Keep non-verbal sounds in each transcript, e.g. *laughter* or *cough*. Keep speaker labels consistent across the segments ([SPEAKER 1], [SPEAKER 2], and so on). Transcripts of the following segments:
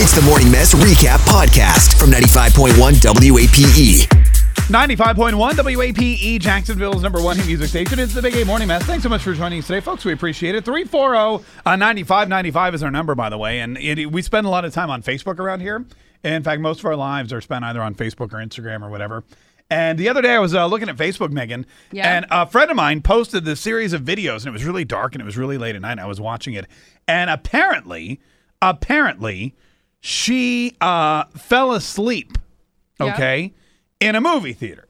[SPEAKER 1] It's the Morning Mess Recap Podcast from 95.1 WAPE.
[SPEAKER 2] 95.1 WAPE, E, Jacksonville's number one hit music station. It's the Big A Morning Mess. Thanks so much for joining us today, folks. We appreciate it. 340 uh, 9595 is our number, by the way. And it, we spend a lot of time on Facebook around here. In fact, most of our lives are spent either on Facebook or Instagram or whatever. And the other day I was uh, looking at Facebook, Megan,
[SPEAKER 3] Yeah.
[SPEAKER 2] and a friend of mine posted this series of videos, and it was really dark and it was really late at night. And I was watching it. And apparently, apparently, she uh, fell asleep,
[SPEAKER 3] Yeah.
[SPEAKER 2] okay, in a movie theater.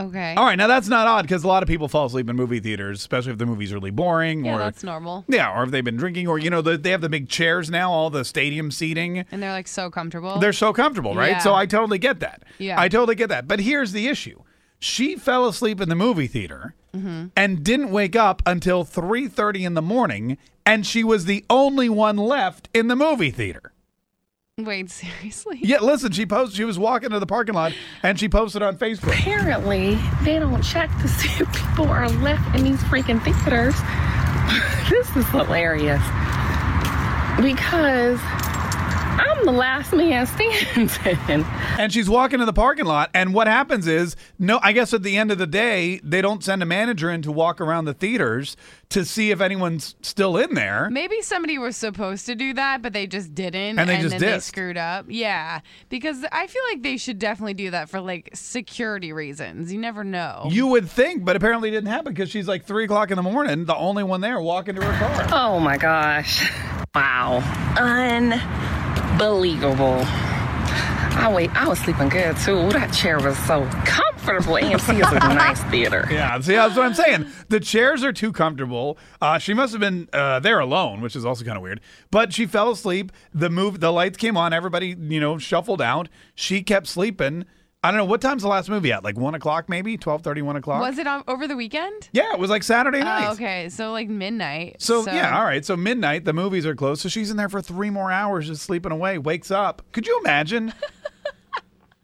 [SPEAKER 3] Okay.
[SPEAKER 2] All right, now that's not odd because a lot of people fall asleep in movie theaters, especially if the movie's really boring
[SPEAKER 3] Yeah,
[SPEAKER 2] or
[SPEAKER 3] that's normal.
[SPEAKER 2] yeah, or if they've been drinking or you know the, they have the big chairs now, all the stadium seating.
[SPEAKER 3] And they're like so comfortable.
[SPEAKER 2] They're so comfortable, right?
[SPEAKER 3] Oh. Yeah.
[SPEAKER 2] So I totally get that.
[SPEAKER 3] Yeah.
[SPEAKER 2] I totally get that. But here's the issue: she fell asleep in the movie theater
[SPEAKER 3] Mm-hmm.
[SPEAKER 2] and didn't wake up until three thirty in the morning, and she was the only one left in the movie theater.
[SPEAKER 3] Wait, *laughs* seriously?
[SPEAKER 2] Yeah, listen, she posted. She was walking to the parking lot, and she posted on Facebook.
[SPEAKER 4] apparently they don't check to see if people are left in these freaking theaters. *laughs* this is hilarious. Because I'm the last man standing. *laughs*
[SPEAKER 2] And she's walking to the parking lot, and what happens is, no, I guess at the end of the day, they don't send a manager in to walk around the theaters to see if anyone's still in there.
[SPEAKER 3] Maybe somebody was supposed to do that, but they just didn't,
[SPEAKER 2] And they just
[SPEAKER 3] then they
[SPEAKER 2] dissed.
[SPEAKER 3] screwed up. Yeah, because I feel like they should definitely do that for like security reasons. You never know.
[SPEAKER 2] You would think, but apparently it didn't happen because she's like three o'clock in the morning, the only one there walking to her car.
[SPEAKER 4] oh my gosh. Wow. Unbelievable. I wait, I was sleeping good too. That chair was so comfortable. AMC is a nice theater.
[SPEAKER 2] Yeah, see, that's what I'm saying. The chairs are too comfortable. Uh, she must have been uh, there alone, which is also kind of weird. But she fell asleep. The move, the lights came on. Everybody, you know, shuffled out. She kept sleeping. I don't know what time's the last movie at. Like one o'clock, maybe 12:30, 1 o'clock.
[SPEAKER 3] Was it on over the weekend?
[SPEAKER 2] Yeah, it was like Saturday night.
[SPEAKER 3] Oh, okay, so like midnight.
[SPEAKER 2] So, yeah, all right. So midnight, the movies are closed. So she's in there for three more hours, just sleeping away. Wakes up. Could you imagine?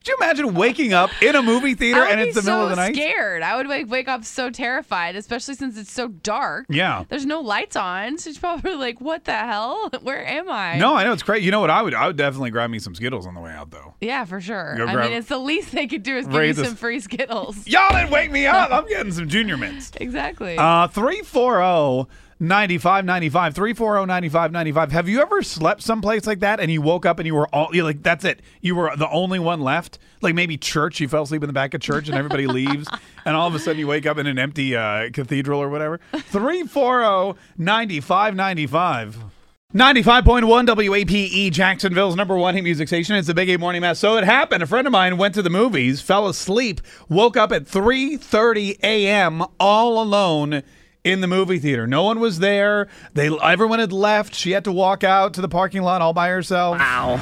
[SPEAKER 2] Could you imagine waking up in a movie
[SPEAKER 3] I
[SPEAKER 2] theater
[SPEAKER 3] would
[SPEAKER 2] and
[SPEAKER 3] be
[SPEAKER 2] it's the
[SPEAKER 3] so
[SPEAKER 2] middle of the night?
[SPEAKER 3] scared. I would like wake up so terrified, especially since it's so dark.
[SPEAKER 2] Yeah.
[SPEAKER 3] There's no lights on, so she's probably like, "What the hell? *laughs* Where am I?"
[SPEAKER 2] No, I know it's crazy. You know what? I would I would definitely grab me some Skittles on the way out though.
[SPEAKER 3] Yeah, for sure.
[SPEAKER 2] Go
[SPEAKER 3] I
[SPEAKER 2] grab-
[SPEAKER 3] mean, it's the least they could do is give you
[SPEAKER 2] Raise us-
[SPEAKER 3] some
[SPEAKER 2] *laughs*
[SPEAKER 3] free Skittles.
[SPEAKER 2] Y'all didn't wake me up. I'm getting some junior mints.
[SPEAKER 3] Exactly.
[SPEAKER 2] Uh oh, 340 9595 340 9595. Have you ever slept someplace like that and you woke up and you were all you're like that's it. You were the only one left. Like maybe church, you fell asleep in the back of church and everybody leaves and all of a sudden you wake up in an empty uh, cathedral or whatever. oh, 340 9595. 95.1 WAPE E, Jacksonville's number one hit music station. It's the Big A Morning Mass. So it happened. A friend of mine went to the movies, fell asleep, woke up at 3:30 a.m. all alone in the movie theater. No one was there. They everyone had left. She had to walk out to the parking lot all by herself.
[SPEAKER 4] Wow.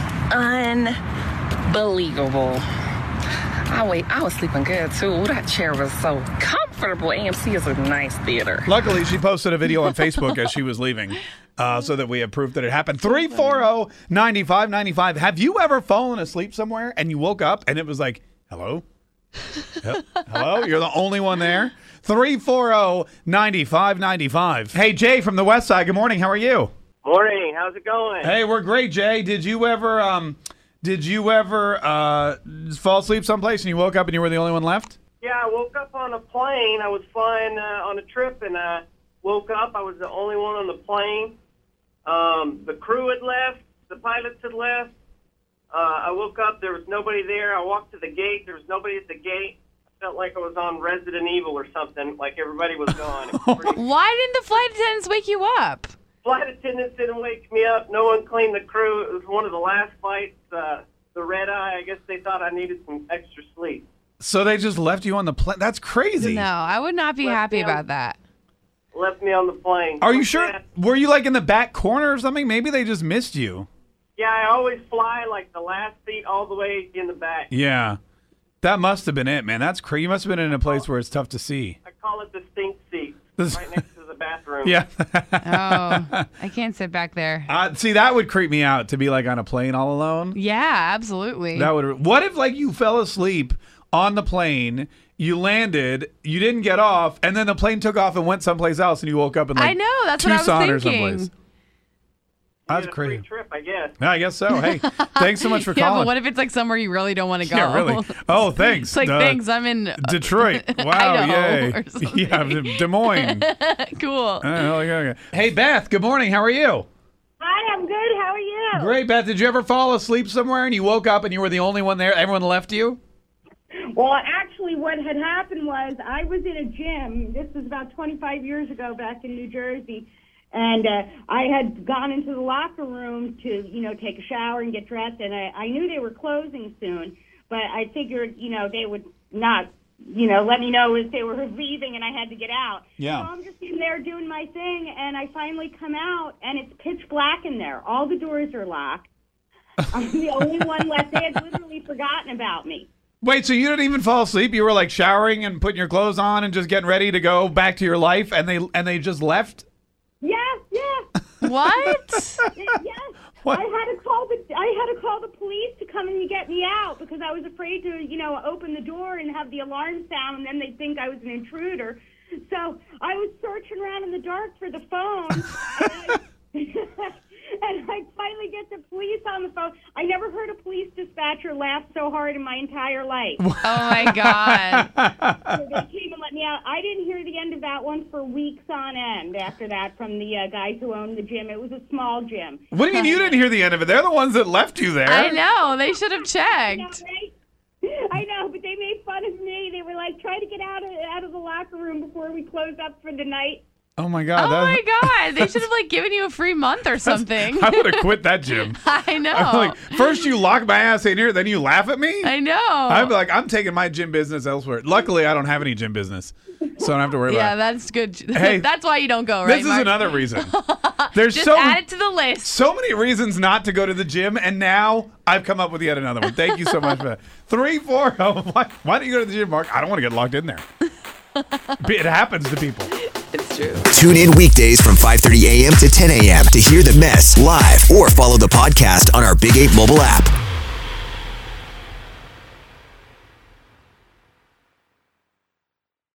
[SPEAKER 4] Unbelievable. I wait, I was sleeping good too. That chair was so comfortable. AMC is a nice theater.
[SPEAKER 2] Luckily, she posted a video on Facebook as she was leaving, uh, so that we have proof that it happened. oh, 340 9595. Have you ever fallen asleep somewhere and you woke up and it was like, hello? Hel- hello? You're the only one there? oh, 340 9595. Hey, Jay from the West Side, good morning. How are you?
[SPEAKER 5] Morning. How's it going?
[SPEAKER 2] Hey, we're great, Jay. Did you ever. Um, did you ever uh, fall asleep someplace and you woke up and you were the only one left?
[SPEAKER 5] Yeah, I woke up on a plane. I was flying uh, on a trip, and I woke up. I was the only one on the plane. Um, the crew had left. The pilots had left. Uh, I woke up. There was nobody there. I walked to the gate. There was nobody at the gate. I felt like I was on Resident Evil or something. Like everybody was gone. It was
[SPEAKER 3] *laughs*
[SPEAKER 5] pretty-
[SPEAKER 3] Why didn't the flight attendants wake you up?
[SPEAKER 5] Flight attendants didn't wake me up. No one cleaned the crew. It was one of the last flights. Uh, the red eye. I guess they thought I needed some extra sleep.
[SPEAKER 2] So they just left you on the plane. That's crazy.
[SPEAKER 3] No, I would not be
[SPEAKER 5] Well,
[SPEAKER 3] happy
[SPEAKER 5] yeah.
[SPEAKER 3] about that.
[SPEAKER 5] left me on the plane.
[SPEAKER 2] Are
[SPEAKER 3] Oh,
[SPEAKER 2] you sure?
[SPEAKER 5] Yeah.
[SPEAKER 2] Were you like in the back corner or something? Maybe they just missed you.
[SPEAKER 5] Yeah, I always fly like the last seat all the way in the back.
[SPEAKER 2] Yeah. That must have been it, man. That's crazy. You must have been in a place where it's tough to see.
[SPEAKER 5] I call it the stink seat,
[SPEAKER 2] This-
[SPEAKER 5] right next to the
[SPEAKER 2] *laughs*
[SPEAKER 5] bathroom.
[SPEAKER 2] Yeah.
[SPEAKER 3] Oh, I can't sit back there.
[SPEAKER 2] Uh, see, that would creep me out to be like on a plane all alone.
[SPEAKER 3] Yeah, absolutely.
[SPEAKER 2] That would. What if like you fell asleep on the plane, you landed, you didn't get off, and then the plane took off and went someplace else, and you woke up in like
[SPEAKER 3] I know. That's
[SPEAKER 2] Tucson
[SPEAKER 3] what I
[SPEAKER 2] or
[SPEAKER 3] was thinking.
[SPEAKER 2] someplace. That's
[SPEAKER 5] get a free
[SPEAKER 2] crazy.
[SPEAKER 5] trip, I guess.
[SPEAKER 2] I guess so.
[SPEAKER 3] *laughs*
[SPEAKER 2] Hey, thanks so much for
[SPEAKER 3] yeah,
[SPEAKER 2] calling.
[SPEAKER 3] but what if it's like somewhere you really don't want to
[SPEAKER 2] *laughs*
[SPEAKER 3] go?
[SPEAKER 2] yeah,
[SPEAKER 3] *laughs*
[SPEAKER 2] really. Oh, thanks.
[SPEAKER 3] It's like,
[SPEAKER 2] Uh,
[SPEAKER 3] thanks, I'm in uh,
[SPEAKER 2] *laughs*
[SPEAKER 3] *laughs*
[SPEAKER 2] Detroit. Wow,
[SPEAKER 3] Idaho
[SPEAKER 2] yay.
[SPEAKER 3] or
[SPEAKER 2] *laughs*
[SPEAKER 3] something.
[SPEAKER 2] Yeah, Des
[SPEAKER 3] *laughs*
[SPEAKER 2] Moines.
[SPEAKER 3] cool.
[SPEAKER 2] *laughs* Uh, okay, okay. Hey, Beth, good morning. How are you?
[SPEAKER 6] Hi, I'm good. How are you?
[SPEAKER 2] Great, Beth. Did you ever fall asleep somewhere and you woke up and you were the only one there? Everyone left you?
[SPEAKER 6] Well, actually, what had happened was I was in a gym. This was about 25 years ago back in New Jersey. And uh, I had gone into the locker room to, you know, take a shower and get dressed. And I, I knew they were closing soon. But I figured, you know, they would not, you know, let me know if they were leaving and I had to get out.
[SPEAKER 2] Yeah.
[SPEAKER 6] So I'm just in there doing my thing. And I finally come out and it's pitch black in there. All the doors are locked. I'm the only one left. They had literally forgotten about me.
[SPEAKER 2] Wait, so you didn't even fall asleep? You were like showering and putting your clothes on and just getting ready to go back to your life and they and they just left?
[SPEAKER 6] Yes, yes.
[SPEAKER 3] What?
[SPEAKER 6] yes.
[SPEAKER 2] What?
[SPEAKER 6] I had to call the I had to call the police to come and get me out because I was afraid to, you know, open the door and have the alarm sound and then they'd think I was an intruder. So I was searching around in the dark for the phone and I, *laughs* and I finally get the police on the phone. I never heard a police dispatcher laugh so hard in my entire life.
[SPEAKER 3] Oh
[SPEAKER 2] *laughs*
[SPEAKER 3] my god.
[SPEAKER 6] So they came and let me out. I didn't hear the end of that one for weeks on end after that from the uh, guys who owned the gym. It was a small gym.
[SPEAKER 2] What do you mean you didn't hear the end of it? They're the ones that left you there.
[SPEAKER 3] I know. They should have
[SPEAKER 6] know, *laughs*
[SPEAKER 3] checked.
[SPEAKER 6] right? I know, but they made fun of me. They were like, "Try to get out of out of the locker room before we close up for the night."
[SPEAKER 2] Oh my god.
[SPEAKER 3] Oh
[SPEAKER 2] that- *laughs*
[SPEAKER 3] my god. They should have like given you a free month or something. *laughs*
[SPEAKER 2] I would have quit that gym.
[SPEAKER 3] I
[SPEAKER 2] *laughs* I'm
[SPEAKER 3] know.
[SPEAKER 2] like, first you lock my ass in here, then you laugh at
[SPEAKER 3] *laughs*
[SPEAKER 2] me?
[SPEAKER 3] I know.
[SPEAKER 2] I'd be like, I'm taking my gym business elsewhere. Luckily, I don't have any gym business, so I don't have to worry
[SPEAKER 3] yeah,
[SPEAKER 2] about
[SPEAKER 3] that's good. *laughs*
[SPEAKER 2] Hey,
[SPEAKER 3] that's why you don't go,
[SPEAKER 2] it.
[SPEAKER 3] right?
[SPEAKER 2] this is
[SPEAKER 3] Mark?
[SPEAKER 2] another
[SPEAKER 3] *laughs*
[SPEAKER 2] reason. There's
[SPEAKER 3] Just
[SPEAKER 2] so
[SPEAKER 3] add it to the list.
[SPEAKER 2] so many reasons not to go to the gym, and now I've come up with yet another one. Thank you so much for
[SPEAKER 3] *laughs*
[SPEAKER 2] that. Three, four, oh, *laughs* why, why don't you go to the gym, Mark? I don't want to get locked in there. it happens to people.
[SPEAKER 3] It's true.
[SPEAKER 1] Tune in weekdays from 5:30 a.m. to 10 a.m. to hear the mess live or follow the podcast on our Big 8 mobile app.